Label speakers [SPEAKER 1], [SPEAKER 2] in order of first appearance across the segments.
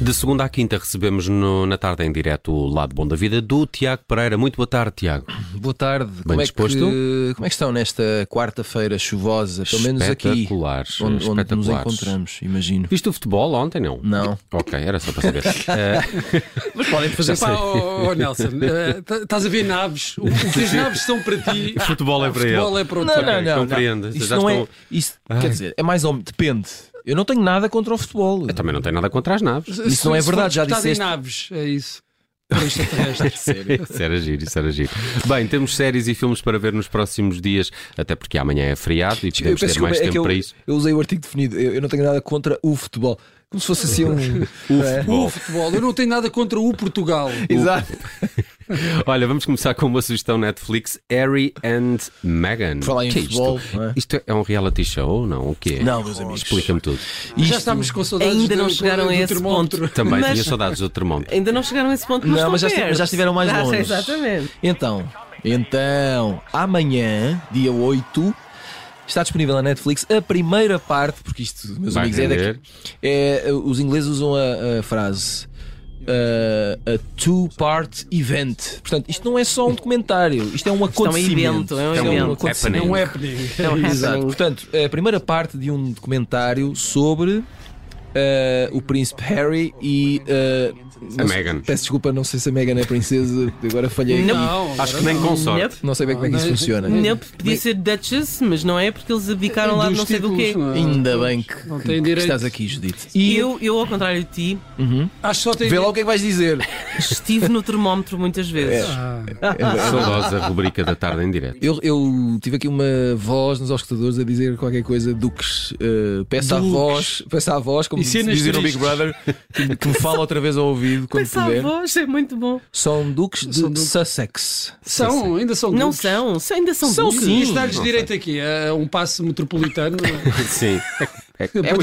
[SPEAKER 1] De segunda à quinta recebemos no- na tarde em direto o Lado Bom da Vida do Tiago Pereira. Muito boa tarde, Tiago.
[SPEAKER 2] Boa tarde. como,
[SPEAKER 1] disposto?
[SPEAKER 2] É que, como é que estão nesta quarta-feira chuvosa? Pelo menos aqui,
[SPEAKER 1] Espetaculares,
[SPEAKER 2] onde, onde nos
[SPEAKER 1] espetaculares.
[SPEAKER 2] encontramos, imagino.
[SPEAKER 1] Viste o futebol ontem, não?
[SPEAKER 2] Não.
[SPEAKER 1] Ok, era só para saber. Eh,
[SPEAKER 3] Mas podem fazer. Pá, oh, oh, Nelson, eh, tá- estás a ver naves. O, o que as naves são para ti.
[SPEAKER 1] futebol é para ele.
[SPEAKER 3] futebol é para o Tiago.
[SPEAKER 1] não. compreendo.
[SPEAKER 2] Isso
[SPEAKER 1] Já Ah.
[SPEAKER 2] não é.
[SPEAKER 1] estão-
[SPEAKER 2] Isso, quer dizer, é mais ou menos. Depende. Eu não tenho nada contra o futebol.
[SPEAKER 1] Também não tem nada contra as naves.
[SPEAKER 3] Se-
[SPEAKER 2] Isso não é
[SPEAKER 3] se for
[SPEAKER 2] verdade, já
[SPEAKER 3] disputado em
[SPEAKER 2] disseste.
[SPEAKER 3] naves, é isso. Para extraterrestres.
[SPEAKER 1] Isso era giro, isso era giro. Bem, temos séries e filmes para ver nos próximos dias, até porque amanhã é feriado e podemos ter mais tempo
[SPEAKER 2] é eu,
[SPEAKER 1] para isso.
[SPEAKER 2] eu usei o artigo definido. Eu, eu não tenho nada contra o futebol. Como se fosse assim um. não é?
[SPEAKER 3] O futebol. Eu não tenho nada contra o Portugal.
[SPEAKER 2] Exato.
[SPEAKER 1] Olha, vamos começar com uma sugestão Netflix: Harry and Meghan.
[SPEAKER 2] Falar em
[SPEAKER 1] Que é
[SPEAKER 2] futebol,
[SPEAKER 1] Isto?
[SPEAKER 2] não é?
[SPEAKER 1] Isto é um reality show ou não? O que é?
[SPEAKER 2] Não, meus amigos.
[SPEAKER 1] Explica-me tudo.
[SPEAKER 3] já estávamos com saudades
[SPEAKER 4] Ainda
[SPEAKER 3] do-
[SPEAKER 4] não
[SPEAKER 3] do-
[SPEAKER 4] chegaram
[SPEAKER 3] do
[SPEAKER 4] a esse
[SPEAKER 3] termómetro.
[SPEAKER 4] ponto.
[SPEAKER 1] Também
[SPEAKER 4] Mas-
[SPEAKER 1] tinha saudades do termómetro.
[SPEAKER 4] Ainda não chegaram a esse ponto, mas
[SPEAKER 2] não,
[SPEAKER 4] estão
[SPEAKER 2] mas já, esti-
[SPEAKER 4] perto.
[SPEAKER 2] já estiveram mais
[SPEAKER 4] Já,
[SPEAKER 2] longe.
[SPEAKER 4] Ah, Exatamente.
[SPEAKER 2] Então, então, amanhã, dia 8, está disponível na Netflix a primeira parte, porque isto, meus
[SPEAKER 1] Vai
[SPEAKER 2] amigos, é
[SPEAKER 1] render.
[SPEAKER 2] daqui. É, os ingleses usam a, a frase. uh, a two-part event. Portanto, isto não é só um documentário, isto é um
[SPEAKER 4] é um
[SPEAKER 2] acontecimento.
[SPEAKER 4] evento, é um
[SPEAKER 2] Isto
[SPEAKER 4] evento.
[SPEAKER 2] acontecimento.
[SPEAKER 3] É um
[SPEAKER 1] Happening.
[SPEAKER 3] happening.
[SPEAKER 4] É um
[SPEAKER 2] Então, Exato.
[SPEAKER 4] happening.
[SPEAKER 2] Portanto, a primeira parte de um documentário sobre eh, o príncipe Harry e eh, não sei-
[SPEAKER 1] Meghan.
[SPEAKER 2] Peço desculpa, não sei se a Meghan é princesa, agora falhei. aqui.
[SPEAKER 4] Não.
[SPEAKER 3] Então, Não,
[SPEAKER 1] Acho que nem com sorte.
[SPEAKER 4] Nope.
[SPEAKER 2] Não sei bem como é que isso
[SPEAKER 3] Não,
[SPEAKER 2] funciona.
[SPEAKER 4] Nope, podia ser Duchess, mas não é porque eles abdicaram lá de
[SPEAKER 3] Dos
[SPEAKER 4] não sei do quê.
[SPEAKER 3] títulos, não é?
[SPEAKER 2] Ainda bem que,
[SPEAKER 3] Não
[SPEAKER 2] que-
[SPEAKER 3] tem
[SPEAKER 2] que
[SPEAKER 3] direito.
[SPEAKER 2] estás aqui, Judite.
[SPEAKER 4] E eu, eu, ao contrário de ti,
[SPEAKER 3] Acho que só tem.
[SPEAKER 2] Vê lá o que é que vais dizer.
[SPEAKER 4] estive no termómetro muitas vezes.
[SPEAKER 3] Ah,
[SPEAKER 1] Saudosa rubrica da tarde em direto.
[SPEAKER 2] Eu, eu tive aqui uma voz nos auscultadores a dizer qualquer coisa Duques. eh, peço à
[SPEAKER 3] Duques.
[SPEAKER 2] voz, peço à voz, como
[SPEAKER 3] E
[SPEAKER 2] se
[SPEAKER 3] cenas
[SPEAKER 2] diz no Big
[SPEAKER 3] tristes.
[SPEAKER 2] Brother, que, que me fala outra vez ao ouvido quando
[SPEAKER 4] Pensa a
[SPEAKER 2] puder.
[SPEAKER 4] voz, é muito bom.
[SPEAKER 2] São Duques de
[SPEAKER 3] São duques.
[SPEAKER 2] Sussex.
[SPEAKER 3] são, ainda são.
[SPEAKER 4] Não
[SPEAKER 3] grupos.
[SPEAKER 4] são, se- ainda são
[SPEAKER 3] São
[SPEAKER 4] duques.
[SPEAKER 3] sim. Isto dá-lhes direito aqui a um passo metropolitano.
[SPEAKER 1] Sim. É, é o
[SPEAKER 3] Perderam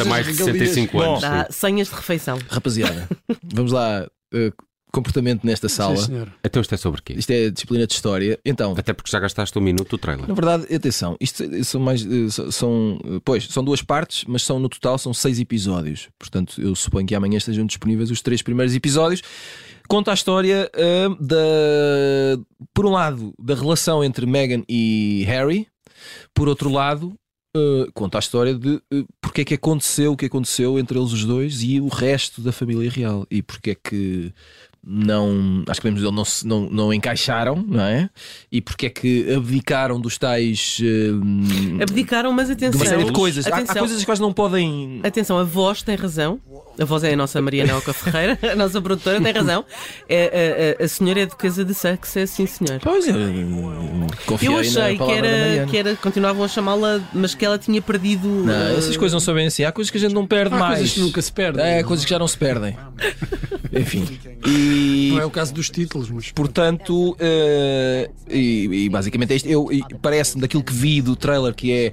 [SPEAKER 1] equivalente a
[SPEAKER 3] as
[SPEAKER 1] mais de
[SPEAKER 3] regalias.
[SPEAKER 1] 65 anos.
[SPEAKER 4] Dá senhas de refeição.
[SPEAKER 2] Rapaziada, vamos lá. eh, comportamento nesta sala.
[SPEAKER 3] Sim, senhor.
[SPEAKER 1] Então isto é sobre quê?
[SPEAKER 2] Isto é disciplina de história. Então,
[SPEAKER 1] Até porque já gastaste um minuto do trailer.
[SPEAKER 2] na verdade, atenção, isto são mais. eh, so- São, eh, pois, são duas partes, mas são no total são seis episódios. Portanto, eu suponho que amanhã estejam disponíveis os três primeiros episódios. Conta a história eh, da. Por um lado, da relação entre Meghan e Harry. Por outro lado. eh, conta a história de eh, porque é que aconteceu o que aconteceu entre eles os dois e o resto da família real e porque é que não acho que podemos dizer, não, se- não, não encaixaram, não é? E porque é que abdicaram dos tais hum,
[SPEAKER 4] Abdicaram, mas
[SPEAKER 2] de
[SPEAKER 4] atenção.
[SPEAKER 2] uma série de coisas. Há, há
[SPEAKER 4] Atenção.
[SPEAKER 2] coisas que quase não podem.
[SPEAKER 4] Atenção, a voz tem razão. A voz é a nossa Mariana Oca Ferreira, a nossa produtora tem razão. É, a, a- a senhora é de casa de Success, sim senhor.
[SPEAKER 2] Pois é, confiei
[SPEAKER 4] Eu
[SPEAKER 2] na
[SPEAKER 4] achei que
[SPEAKER 2] é palavra da
[SPEAKER 4] era,
[SPEAKER 2] Mariana.
[SPEAKER 4] que era. Continuavam a chamá-la, mas que ela tinha perdido.
[SPEAKER 2] Não,
[SPEAKER 4] eh,
[SPEAKER 2] essas coisas não sabem assim. Há coisas que a gente não perde
[SPEAKER 3] Há
[SPEAKER 2] mais.
[SPEAKER 3] coisas que nunca se perdem.
[SPEAKER 2] É, coisas que já não se perdem. Enfim. E
[SPEAKER 3] Não é o caso dos títulos, mas.
[SPEAKER 2] Portanto, eh, e, e basicamente é isto. Eu, e parece-me daquilo que vi do trailer que é,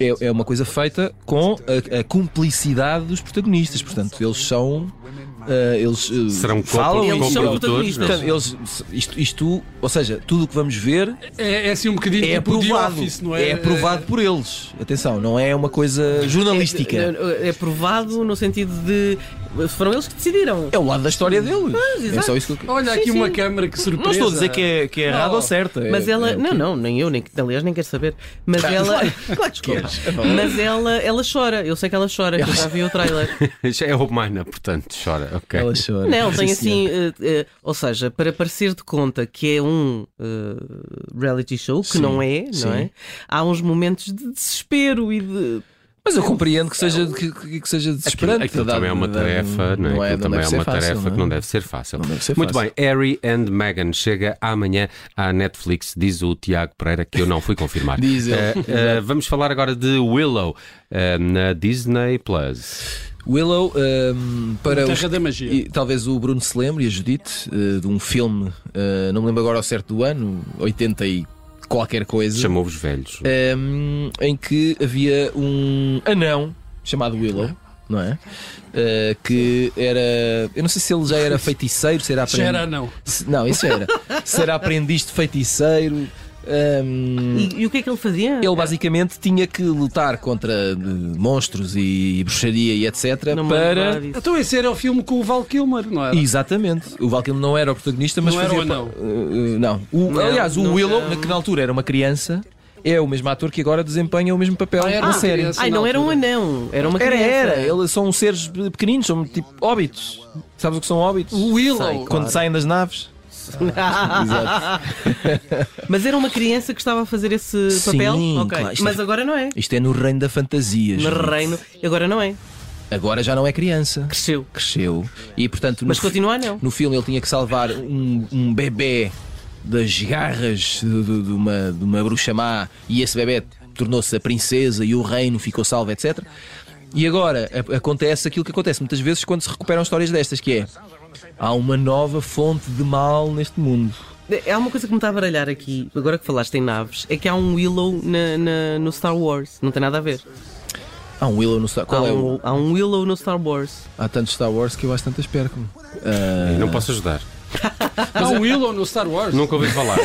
[SPEAKER 2] é, é uma coisa feita com a, a cumplicidade dos protagonistas. Portanto, eles são. eh, eles eh,
[SPEAKER 1] Serão co-
[SPEAKER 2] falam e-
[SPEAKER 4] Eles são
[SPEAKER 1] co-produtores, não?
[SPEAKER 4] protagonistas.
[SPEAKER 2] Portanto, eles, isto, isto, ou seja, tudo o que vamos ver
[SPEAKER 3] É, é assim um bocadinho
[SPEAKER 2] é
[SPEAKER 3] tipo The
[SPEAKER 2] aprovado.
[SPEAKER 3] Office, não é?
[SPEAKER 2] É aprovado por eles. Atenção, não é uma coisa jornalística.
[SPEAKER 4] É, é provado no sentido de. Foram eles que decidiram.
[SPEAKER 2] É o lado da história deles. É
[SPEAKER 4] exato.
[SPEAKER 2] só isso que eu...
[SPEAKER 3] Olha
[SPEAKER 4] Sim,
[SPEAKER 3] aqui
[SPEAKER 4] sim.
[SPEAKER 3] uma câmara que surpresa.
[SPEAKER 2] Não estou a dizer que é, que é errado ou certo. é-
[SPEAKER 4] Mas ela.
[SPEAKER 2] é o Ah, que
[SPEAKER 4] não,
[SPEAKER 2] é.
[SPEAKER 4] não, nem eu, nem, aliás, nem quero saber. Mas ela. Claro que queres.
[SPEAKER 2] é
[SPEAKER 4] Mas ela, ela chora. Eu sei que ela chora, que eu já vi o trailer.
[SPEAKER 1] Já é humana, portanto, chora. Ok.
[SPEAKER 2] Ela chora.
[SPEAKER 4] Não, tem
[SPEAKER 2] Sim, senhora.
[SPEAKER 4] assim. eh, eh, ou seja, para parecer de conta que é um eh, reality show, que
[SPEAKER 2] Sim,
[SPEAKER 4] não é,
[SPEAKER 2] sim.
[SPEAKER 4] não é? Há uns momentos de desespero e de.
[SPEAKER 2] Mas eu compreendo que seja, que, que- que seja desesperante.
[SPEAKER 1] Aquilo, aquilo
[SPEAKER 2] Dá-
[SPEAKER 1] também é uma
[SPEAKER 2] dá-
[SPEAKER 1] tarefa, não é? Aquilo
[SPEAKER 2] não
[SPEAKER 1] também
[SPEAKER 2] deve
[SPEAKER 1] é
[SPEAKER 2] ser
[SPEAKER 1] uma
[SPEAKER 2] fácil,
[SPEAKER 1] tarefa
[SPEAKER 2] é?
[SPEAKER 1] que não deve ser fácil.
[SPEAKER 2] Não deve ser
[SPEAKER 1] Muito
[SPEAKER 2] fácil.
[SPEAKER 1] bem, Harry and Meghan chega amanhã à Netflix, diz o Tiago Pereira, que eu não fui confirmar.
[SPEAKER 2] Diz ele.
[SPEAKER 1] Eh, eh, vamos falar agora de Willow eh, na Disney Plus.
[SPEAKER 2] Willow, hum, para os.
[SPEAKER 3] Terra da magia.
[SPEAKER 2] e talvez o Bruno se lembre e a Judite eh, de um filme, eh, não me lembro agora ao certo do ano, 80 e qualquer coisa,
[SPEAKER 1] Chamou-vos velhos.
[SPEAKER 2] hum, em que havia um anão chamado Willow. Não é? Eh, que era. Eu não sei se ele já era feiticeiro, se era
[SPEAKER 3] Já
[SPEAKER 2] aprendiz.
[SPEAKER 3] era não.
[SPEAKER 2] Se- Não, isso era. Será aprendiz de feiticeiro. Ahm,
[SPEAKER 4] E, e o que é que ele fazia?
[SPEAKER 2] ele basicamente tinha que lutar contra eh, monstros e bruxaria e etc.
[SPEAKER 4] Não me
[SPEAKER 2] para.
[SPEAKER 4] lembrava disso.
[SPEAKER 3] Então esse era o filme com o Val Kilmer, não era?
[SPEAKER 2] Exatamente. O Valkyrie não era o protagonista, mas
[SPEAKER 3] Não era
[SPEAKER 2] fazia.
[SPEAKER 3] o
[SPEAKER 2] pa-
[SPEAKER 3] anão.
[SPEAKER 2] Eh, eh, não. O-
[SPEAKER 4] Não,
[SPEAKER 2] aliás, o
[SPEAKER 4] não
[SPEAKER 2] Willow,
[SPEAKER 4] era.
[SPEAKER 2] na que na altura era uma criança, é o mesmo ator que agora desempenha o mesmo papel
[SPEAKER 3] Ah, era
[SPEAKER 2] na
[SPEAKER 3] uma
[SPEAKER 2] série.
[SPEAKER 3] criança.
[SPEAKER 4] Ai, não era um anão, era uma
[SPEAKER 2] Era,
[SPEAKER 4] criança.
[SPEAKER 2] era. Eles são seres pequeninos, são tipo óbitos. Sabes o que são óbitos?
[SPEAKER 3] O Willow.
[SPEAKER 4] Sei, claro.
[SPEAKER 2] Quando saem das naves.
[SPEAKER 4] Mas era uma criança que estava a fazer esse papel?
[SPEAKER 2] Sim,
[SPEAKER 4] Ok.
[SPEAKER 2] claro, isto
[SPEAKER 4] Mas
[SPEAKER 2] é-
[SPEAKER 4] agora não é.
[SPEAKER 2] Isto é no reino da fantasia.
[SPEAKER 4] No
[SPEAKER 2] gente.
[SPEAKER 4] reino. Agora não é.
[SPEAKER 2] Agora já não é criança.
[SPEAKER 4] Cresceu.
[SPEAKER 2] Cresceu. E portanto, no
[SPEAKER 4] Mas
[SPEAKER 2] fi-
[SPEAKER 4] continua não.
[SPEAKER 2] No filme ele tinha que salvar um, um bebê das garras de, de- de uma, de uma bruxa má e esse bebê tornou-se a princesa e o reino ficou salvo, etc. E agora a- acontece aquilo que acontece muitas vezes quando se recuperam histórias destas, que é há uma nova fonte de mal neste mundo.
[SPEAKER 4] Há uma coisa que me está a baralhar aqui, agora que falaste em naves, é que há um Willow na- na- no Star Wars. Não tem nada a ver.
[SPEAKER 2] Há um Willow no Star Qual
[SPEAKER 4] há,
[SPEAKER 2] é
[SPEAKER 4] um,
[SPEAKER 2] o...
[SPEAKER 4] há um Willow no Star Wars.
[SPEAKER 2] Há tantos Star Wars que eu às tantas perco-me.
[SPEAKER 1] Não posso ajudar.
[SPEAKER 3] Há um Willow no Star Wars.
[SPEAKER 1] Nunca ouvi falar.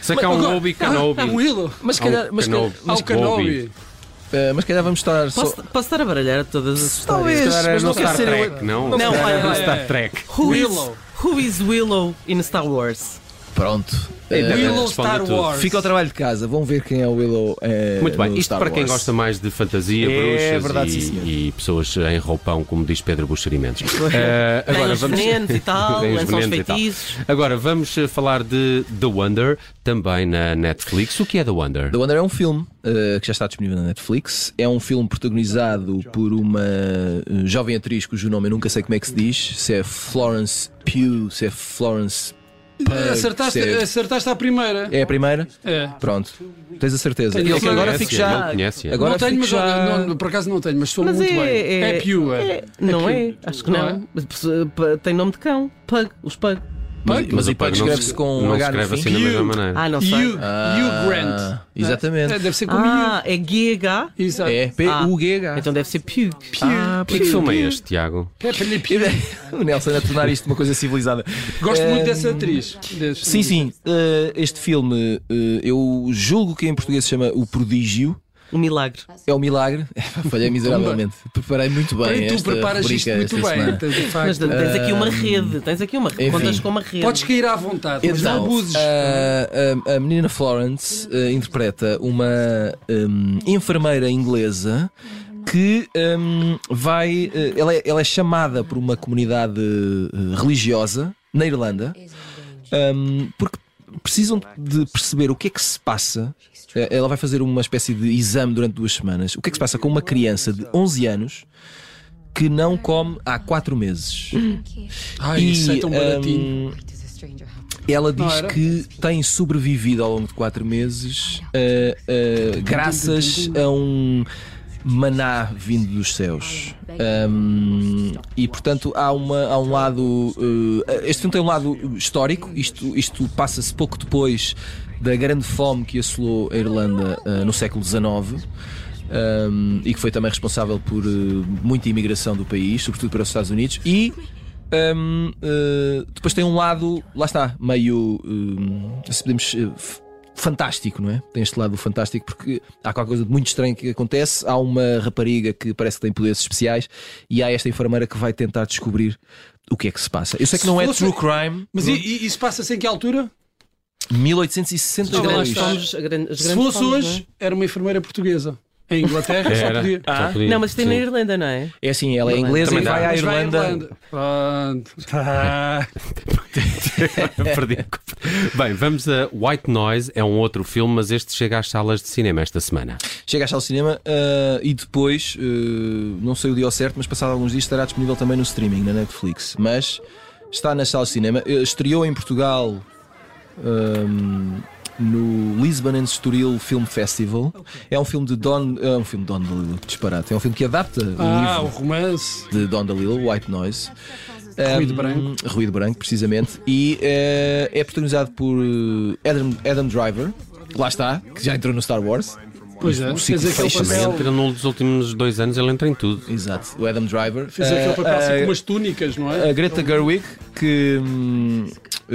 [SPEAKER 1] Sei que há um
[SPEAKER 3] Agora-
[SPEAKER 1] Obi
[SPEAKER 2] Ah, é
[SPEAKER 3] Há um
[SPEAKER 1] Kenobi.
[SPEAKER 3] Willow.
[SPEAKER 2] Mas se
[SPEAKER 1] Há um
[SPEAKER 2] calhar, mas se calhar,
[SPEAKER 1] Kenobi.
[SPEAKER 3] Há o
[SPEAKER 1] Mas
[SPEAKER 3] Kenobi.
[SPEAKER 1] Obi.
[SPEAKER 2] eh, mas se calhar vamos estar só.
[SPEAKER 4] Posso, posso estar a baralhar todas as histórias?
[SPEAKER 1] Se calhar era
[SPEAKER 2] mas
[SPEAKER 1] no
[SPEAKER 2] não quer
[SPEAKER 1] Star
[SPEAKER 2] ser eu-
[SPEAKER 1] Trek, não?
[SPEAKER 4] Não,
[SPEAKER 1] Se calhar
[SPEAKER 4] olha,
[SPEAKER 1] era no
[SPEAKER 4] olha,
[SPEAKER 1] Star Trek.
[SPEAKER 4] Who
[SPEAKER 3] Willow.
[SPEAKER 4] Is, who is Willow in Star Wars?
[SPEAKER 2] Pronto.
[SPEAKER 1] Ainda bem,
[SPEAKER 2] Eh,
[SPEAKER 3] Willow
[SPEAKER 1] responde
[SPEAKER 3] Star
[SPEAKER 1] tudo.
[SPEAKER 3] Wars.
[SPEAKER 2] Fica ao trabalho de casa, vão ver quem é o Willow. eh,
[SPEAKER 1] Muito bem,
[SPEAKER 2] no
[SPEAKER 1] isto
[SPEAKER 2] Star
[SPEAKER 1] para quem
[SPEAKER 2] Wars.
[SPEAKER 1] gosta mais de fantasia,
[SPEAKER 2] É
[SPEAKER 1] bruxas
[SPEAKER 2] verdade,
[SPEAKER 1] e-
[SPEAKER 2] sim, senhor.
[SPEAKER 1] e, pessoas em roupão, como diz Pedro Buxerimentos.
[SPEAKER 4] Tem os venenos e tal,
[SPEAKER 1] Tem os
[SPEAKER 4] lançam os
[SPEAKER 1] venenos e tal.
[SPEAKER 4] feitiços.
[SPEAKER 1] Agora vamos eh, falar de The Wonder, também na Netflix. O que é The Wonder?
[SPEAKER 2] The Wonder é um filme eh, que já está disponível na Netflix. É um filme protagonizado por uma eh, jovem atriz cujo nome eu nunca sei como é que se diz. Se é Florence Pugh, se é Florence. Pugh,
[SPEAKER 3] Acertaste,
[SPEAKER 2] se é-
[SPEAKER 3] acertaste à primeira.
[SPEAKER 2] É a primeira?
[SPEAKER 3] É.
[SPEAKER 2] Pronto, tens a certeza. É
[SPEAKER 3] Tenho
[SPEAKER 2] Ele
[SPEAKER 3] certeza.
[SPEAKER 2] agora
[SPEAKER 1] Conhece,
[SPEAKER 2] fico
[SPEAKER 1] Não
[SPEAKER 2] já.
[SPEAKER 1] conhece. é.
[SPEAKER 2] Agora
[SPEAKER 3] não tenho,
[SPEAKER 2] fico
[SPEAKER 3] mas
[SPEAKER 2] já-
[SPEAKER 3] olha, não- por acaso não tenho, mas sou
[SPEAKER 4] Mas
[SPEAKER 3] muito
[SPEAKER 4] é,
[SPEAKER 3] bem. É,
[SPEAKER 4] é-
[SPEAKER 3] Pew, é.
[SPEAKER 4] é- não é,
[SPEAKER 3] Pew.
[SPEAKER 4] acho que não.
[SPEAKER 3] Não é?
[SPEAKER 4] Mas, p- tem nome de cão. Pug, os pug.
[SPEAKER 2] Mas, mas o
[SPEAKER 1] o
[SPEAKER 2] Pug
[SPEAKER 1] não
[SPEAKER 2] escreve-se com um
[SPEAKER 1] não se
[SPEAKER 2] H no
[SPEAKER 1] escreve
[SPEAKER 2] fim.
[SPEAKER 1] assim é? da mesma
[SPEAKER 3] You.
[SPEAKER 1] maneira.
[SPEAKER 4] Ah, não sei.
[SPEAKER 3] You, you
[SPEAKER 2] Ah,
[SPEAKER 3] Grant.
[SPEAKER 2] exatamente.
[SPEAKER 3] É, deve ser como
[SPEAKER 4] Ah, é GH.
[SPEAKER 3] You. Exato.
[SPEAKER 2] É P-U-G-H.
[SPEAKER 4] Então deve ser Pug.
[SPEAKER 1] Ah, que filme é este, Tiago?
[SPEAKER 3] Pepe-lhe Pew.
[SPEAKER 2] o Nelson a tornar isto uma coisa civilizada.
[SPEAKER 3] Gosto
[SPEAKER 2] Eh,
[SPEAKER 3] muito dessa atriz. Desse-
[SPEAKER 2] Sim, sim. Eh, este filme eh, eu julgo que em português se chama O Prodígio.
[SPEAKER 4] Um milagre.
[SPEAKER 2] É o milagre. Falhei miseravelmente. Preparei muito bem.
[SPEAKER 3] Bem, Então tu
[SPEAKER 2] esta
[SPEAKER 3] preparas
[SPEAKER 2] rubrica
[SPEAKER 3] isto
[SPEAKER 2] esta
[SPEAKER 3] muito bem.
[SPEAKER 2] semana.
[SPEAKER 3] então, de
[SPEAKER 4] Mas
[SPEAKER 3] facto.
[SPEAKER 4] tens aqui uma rede, tens aqui uma rede,
[SPEAKER 2] Ah, enfim.
[SPEAKER 4] contas com uma rede.
[SPEAKER 3] Podes cair à vontade, mas não
[SPEAKER 2] Então,
[SPEAKER 3] abuses.
[SPEAKER 2] a, a- a menina Florence eh, interpreta uma hum, enfermeira inglesa que hum, vai. eh, ela, é, ela é chamada por uma comunidade eh, religiosa na Irlanda hum, porque precisam de perceber o que é que se passa. Eh, Ela vai fazer uma espécie de exame durante duas semanas. O que é que se passa com uma criança de 11 anos que não come há 4 meses?
[SPEAKER 3] Ai, isso é tão
[SPEAKER 2] hum,
[SPEAKER 3] baratinho.
[SPEAKER 2] ela
[SPEAKER 3] Não
[SPEAKER 2] diz
[SPEAKER 3] era?
[SPEAKER 2] que tem sobrevivido ao longo de quatro meses eh, eh, graças a um maná vindo dos céus. Ahm, e portanto há, uma, há um lado. eh, este filme tem um lado histórico, isto, isto passa-se pouco depois da grande fome que assolou a Irlanda eh, no século XIX. ahm, e que foi também responsável por eh, muita imigração do país, sobretudo para os Estados Unidos, e Hum, eh, depois tem um lado, lá está, meio. hum, se podemos. eh, f- fantástico, não é? Tem este lado fantástico porque há qualquer coisa de muito estranho que acontece. Há uma rapariga que parece que tem poderes especiais e há esta enfermeira que vai tentar descobrir o que é que se passa. Eu sei que
[SPEAKER 3] Se
[SPEAKER 2] não é
[SPEAKER 3] fosse-
[SPEAKER 2] true crime,
[SPEAKER 3] Mas e- e isso passa-se em que altura?
[SPEAKER 4] As grandes
[SPEAKER 2] 1862.
[SPEAKER 3] está.
[SPEAKER 4] fomes, a gran- as
[SPEAKER 3] Se
[SPEAKER 4] grandes
[SPEAKER 3] fosse
[SPEAKER 4] fomes, é?
[SPEAKER 3] hoje,
[SPEAKER 2] é?
[SPEAKER 3] era uma enfermeira portuguesa. Em Inglaterra só
[SPEAKER 1] Era,
[SPEAKER 3] podia.
[SPEAKER 1] só
[SPEAKER 4] Não, é?
[SPEAKER 1] podia,
[SPEAKER 4] não mas tem na
[SPEAKER 1] sim.
[SPEAKER 4] Irlanda, não é?
[SPEAKER 2] É assim, ela é
[SPEAKER 4] Também
[SPEAKER 2] inglesa e
[SPEAKER 1] dá.
[SPEAKER 2] Ah. vai à
[SPEAKER 3] Mas vai à
[SPEAKER 2] Irlanda. Ah,
[SPEAKER 3] Irlanda. Pronto.
[SPEAKER 1] Perdi a culpa. Bem, vamos a White Noise, é um outro filme, mas este chega às salas de cinema esta semana.
[SPEAKER 2] Chega à sala de cinema ah, e depois, ah, não sei o dia ao certo, mas passado alguns dias estará disponível também no streaming, na Netflix. Mas está na sala de cinema. Eh, Estreou em Portugal ahm, no Lisbon and Estoril Film Festival. É um filme de Don. É um filme de Don DeLillo, disparate. É um filme que adapta
[SPEAKER 3] Ah,
[SPEAKER 2] o
[SPEAKER 3] o
[SPEAKER 2] livro
[SPEAKER 3] romance.
[SPEAKER 2] de Don DeLillo, White Noise.
[SPEAKER 3] Ruído
[SPEAKER 2] Ahm,
[SPEAKER 3] branco.
[SPEAKER 2] Ruído branco, precisamente. E eh, é protagonizado por eh, Adam, Adam Driver. Lá está, que já entrou no Star Wars.
[SPEAKER 3] Pois é,
[SPEAKER 2] O
[SPEAKER 3] fez
[SPEAKER 2] ciclo
[SPEAKER 3] aquele
[SPEAKER 2] fecha-se.
[SPEAKER 1] Também
[SPEAKER 3] papel,
[SPEAKER 1] entra nos últimos dois anos, ele entra em tudo.
[SPEAKER 2] Exato, o Adam Driver.
[SPEAKER 3] fez aquele
[SPEAKER 2] Eh,
[SPEAKER 3] papel assim
[SPEAKER 2] eh,
[SPEAKER 3] com umas túnicas, não é?
[SPEAKER 2] a Greta Gerwig, que hum, eh,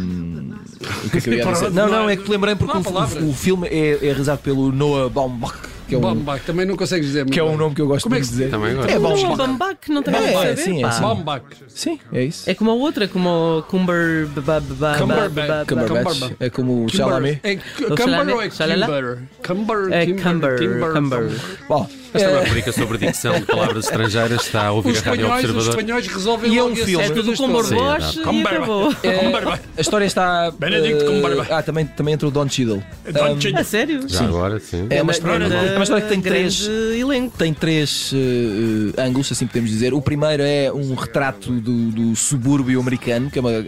[SPEAKER 2] eh, o que é que eu ia
[SPEAKER 3] Para-
[SPEAKER 2] dizer? Não,
[SPEAKER 3] não
[SPEAKER 2] não,
[SPEAKER 3] é-
[SPEAKER 2] é que te lembrei porque
[SPEAKER 3] não há
[SPEAKER 2] o-
[SPEAKER 3] palavras.
[SPEAKER 2] o, o filme é, é realizado pelo Noah Baumbach, que é um,
[SPEAKER 3] Bombach, também não consegues dizer. muito
[SPEAKER 2] que é um
[SPEAKER 3] bem.
[SPEAKER 2] nome que eu gosto
[SPEAKER 3] Como é
[SPEAKER 2] muito de
[SPEAKER 3] que se-
[SPEAKER 2] dizer.
[SPEAKER 1] Também gosto.
[SPEAKER 2] É
[SPEAKER 4] Não,
[SPEAKER 2] Baumbach.
[SPEAKER 4] Bambac, um não tem nada
[SPEAKER 2] É,
[SPEAKER 4] a
[SPEAKER 2] é,
[SPEAKER 4] saber.
[SPEAKER 2] sim, é,
[SPEAKER 4] pá.
[SPEAKER 2] sim.
[SPEAKER 3] Bombach.
[SPEAKER 2] Sim, é isso.
[SPEAKER 4] É como a outra, como o Cumber. ba- ba-
[SPEAKER 3] Cumberbatch.
[SPEAKER 4] ba- ba- ba- ba-
[SPEAKER 2] Cumberbatch.
[SPEAKER 3] Cumberbatch.
[SPEAKER 2] É como o Chalamet.
[SPEAKER 3] É Cumber ou é
[SPEAKER 4] Chalala?
[SPEAKER 3] Kimber? Cumber,
[SPEAKER 4] É
[SPEAKER 3] Kimber,
[SPEAKER 4] Cumber,
[SPEAKER 3] Kimber,
[SPEAKER 4] Cumber.
[SPEAKER 2] Bom,
[SPEAKER 1] Esta é uma rubrica sobre dicção de palavras estrangeiras. Está a ouvir
[SPEAKER 3] Os
[SPEAKER 1] a Rádio
[SPEAKER 3] espanhóis, os
[SPEAKER 1] Observador.
[SPEAKER 3] espanhóis resolvem
[SPEAKER 2] E é um
[SPEAKER 3] logo tipo essas
[SPEAKER 2] filme.
[SPEAKER 4] É tudo
[SPEAKER 3] coisas
[SPEAKER 4] com
[SPEAKER 3] todas.
[SPEAKER 4] borboche
[SPEAKER 1] Sim,
[SPEAKER 4] e
[SPEAKER 1] é
[SPEAKER 4] acabou.
[SPEAKER 2] a história está.
[SPEAKER 5] Benedict
[SPEAKER 2] eh,
[SPEAKER 5] Cumberbatch.
[SPEAKER 2] ah, também, também entra o Don Cheadle. Um,
[SPEAKER 4] A sério?
[SPEAKER 1] Já agora, sim.
[SPEAKER 2] É uma história,
[SPEAKER 4] Grande-
[SPEAKER 2] é uma história que tem três,
[SPEAKER 4] grande elenco.
[SPEAKER 2] tem três eh, eh, ângulos, assim podemos dizer. O primeiro é um retrato do, do subúrbio americano, que é uma.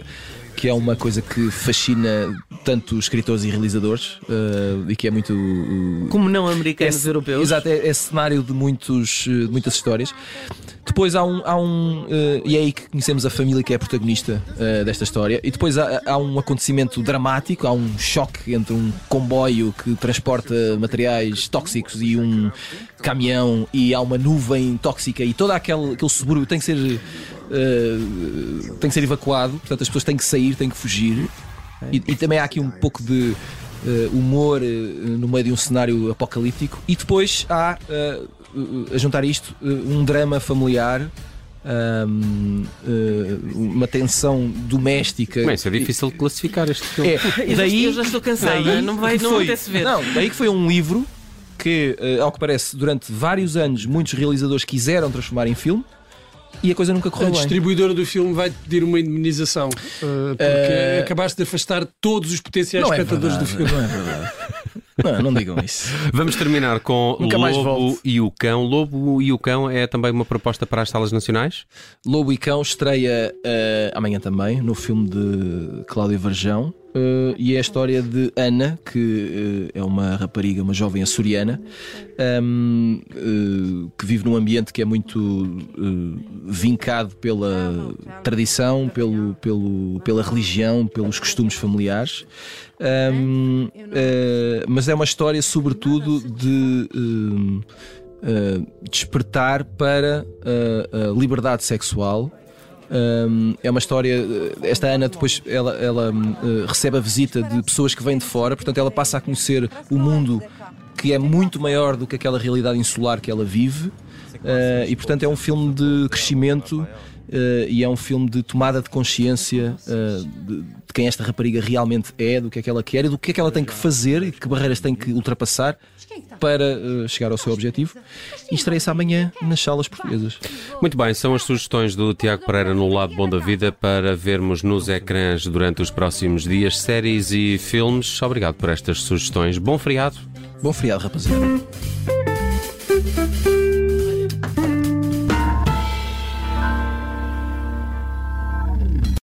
[SPEAKER 2] Que é uma coisa que fascina tanto escritores e realizadores eh, e que é muito. eh,
[SPEAKER 4] Como não americanos
[SPEAKER 2] Esse-
[SPEAKER 4] europeus.
[SPEAKER 2] Exato, é, é cenário de, muitos, eh, de muitas histórias. Depois há um. Há um eh, e é aí que conhecemos a família que é a protagonista eh, desta história. E depois há, há um acontecimento dramático, há um choque entre um comboio que transporta materiais tóxicos e um caminhão, e há uma nuvem tóxica, e todo aquele, aquele subúrbio tem que ser. eh, tem que ser evacuado, portanto as pessoas têm que sair, têm que fugir. E, e também há aqui um pouco de eh, humor eh, no meio de um cenário apocalíptico. E depois há, eh, eh, a juntar isto, eh, um drama familiar. ahm, eh, uma tensão doméstica
[SPEAKER 1] Bem, isso é difícil de classificar este filme.
[SPEAKER 2] é,
[SPEAKER 4] Eu já-
[SPEAKER 2] daí,
[SPEAKER 4] eu já estou cansada,
[SPEAKER 2] daí
[SPEAKER 4] não vai-
[SPEAKER 2] que
[SPEAKER 4] não
[SPEAKER 2] foi-
[SPEAKER 4] apetece ver.
[SPEAKER 2] Não, daí que foi um livro que, eh, ao que parece, durante vários anos muitos realizadores quiseram transformar em filme e a coisa nunca
[SPEAKER 3] A
[SPEAKER 2] correu bem.
[SPEAKER 3] distribuidora do filme vai te pedir uma indemnização uh, porque
[SPEAKER 2] Eh,
[SPEAKER 3] acabaste de afastar todos os potenciais
[SPEAKER 2] Não é
[SPEAKER 3] espectadores do
[SPEAKER 2] verdade, não
[SPEAKER 3] filme.
[SPEAKER 2] é verdade. Não, não digam isso.
[SPEAKER 1] Vamos terminar com
[SPEAKER 2] Nunca mais
[SPEAKER 1] Lobo
[SPEAKER 2] volto.
[SPEAKER 1] e o Cão. Lobo e o Cão é também uma proposta para as salas nacionais?
[SPEAKER 2] Lobo e Cão estreia eh, amanhã também no filme de Cláudio Verjão eh, e é a história de Ana, que eh, é uma rapariga, uma jovem açoriana ehm, eh, que vive num ambiente que é muito eh, vincado pela tradição, pelo, pelo, pela religião, pelos costumes familiares. Ehm, eh, mas é uma história, sobretudo, de. ehm, uh, despertar para uh, a liberdade sexual. Um, é uma história. uh, Esta Ana depois ela, ela, um, uh, recebe a visita de pessoas que vêm de fora, portanto ela passa a conhecer o mundo que é muito maior do que aquela realidade insular que ela vive. Uh, e portanto é um filme de crescimento uh, e é um filme de tomada de consciência uh, de, de quem esta rapariga realmente é, do que é que ela quer e do que é que ela tem que fazer e que barreiras tem que ultrapassar para uh, chegar ao seu objetivo. E estreia-se amanhã nas salas portuguesas.
[SPEAKER 1] Muito bem, são as sugestões do Tiago Pereira no Lado Bom da Vida para vermos nos ecrãs durante os próximos dias, séries e filmes. Obrigado por estas sugestões. Bom feriado.
[SPEAKER 2] Bom feriado, rapaziada.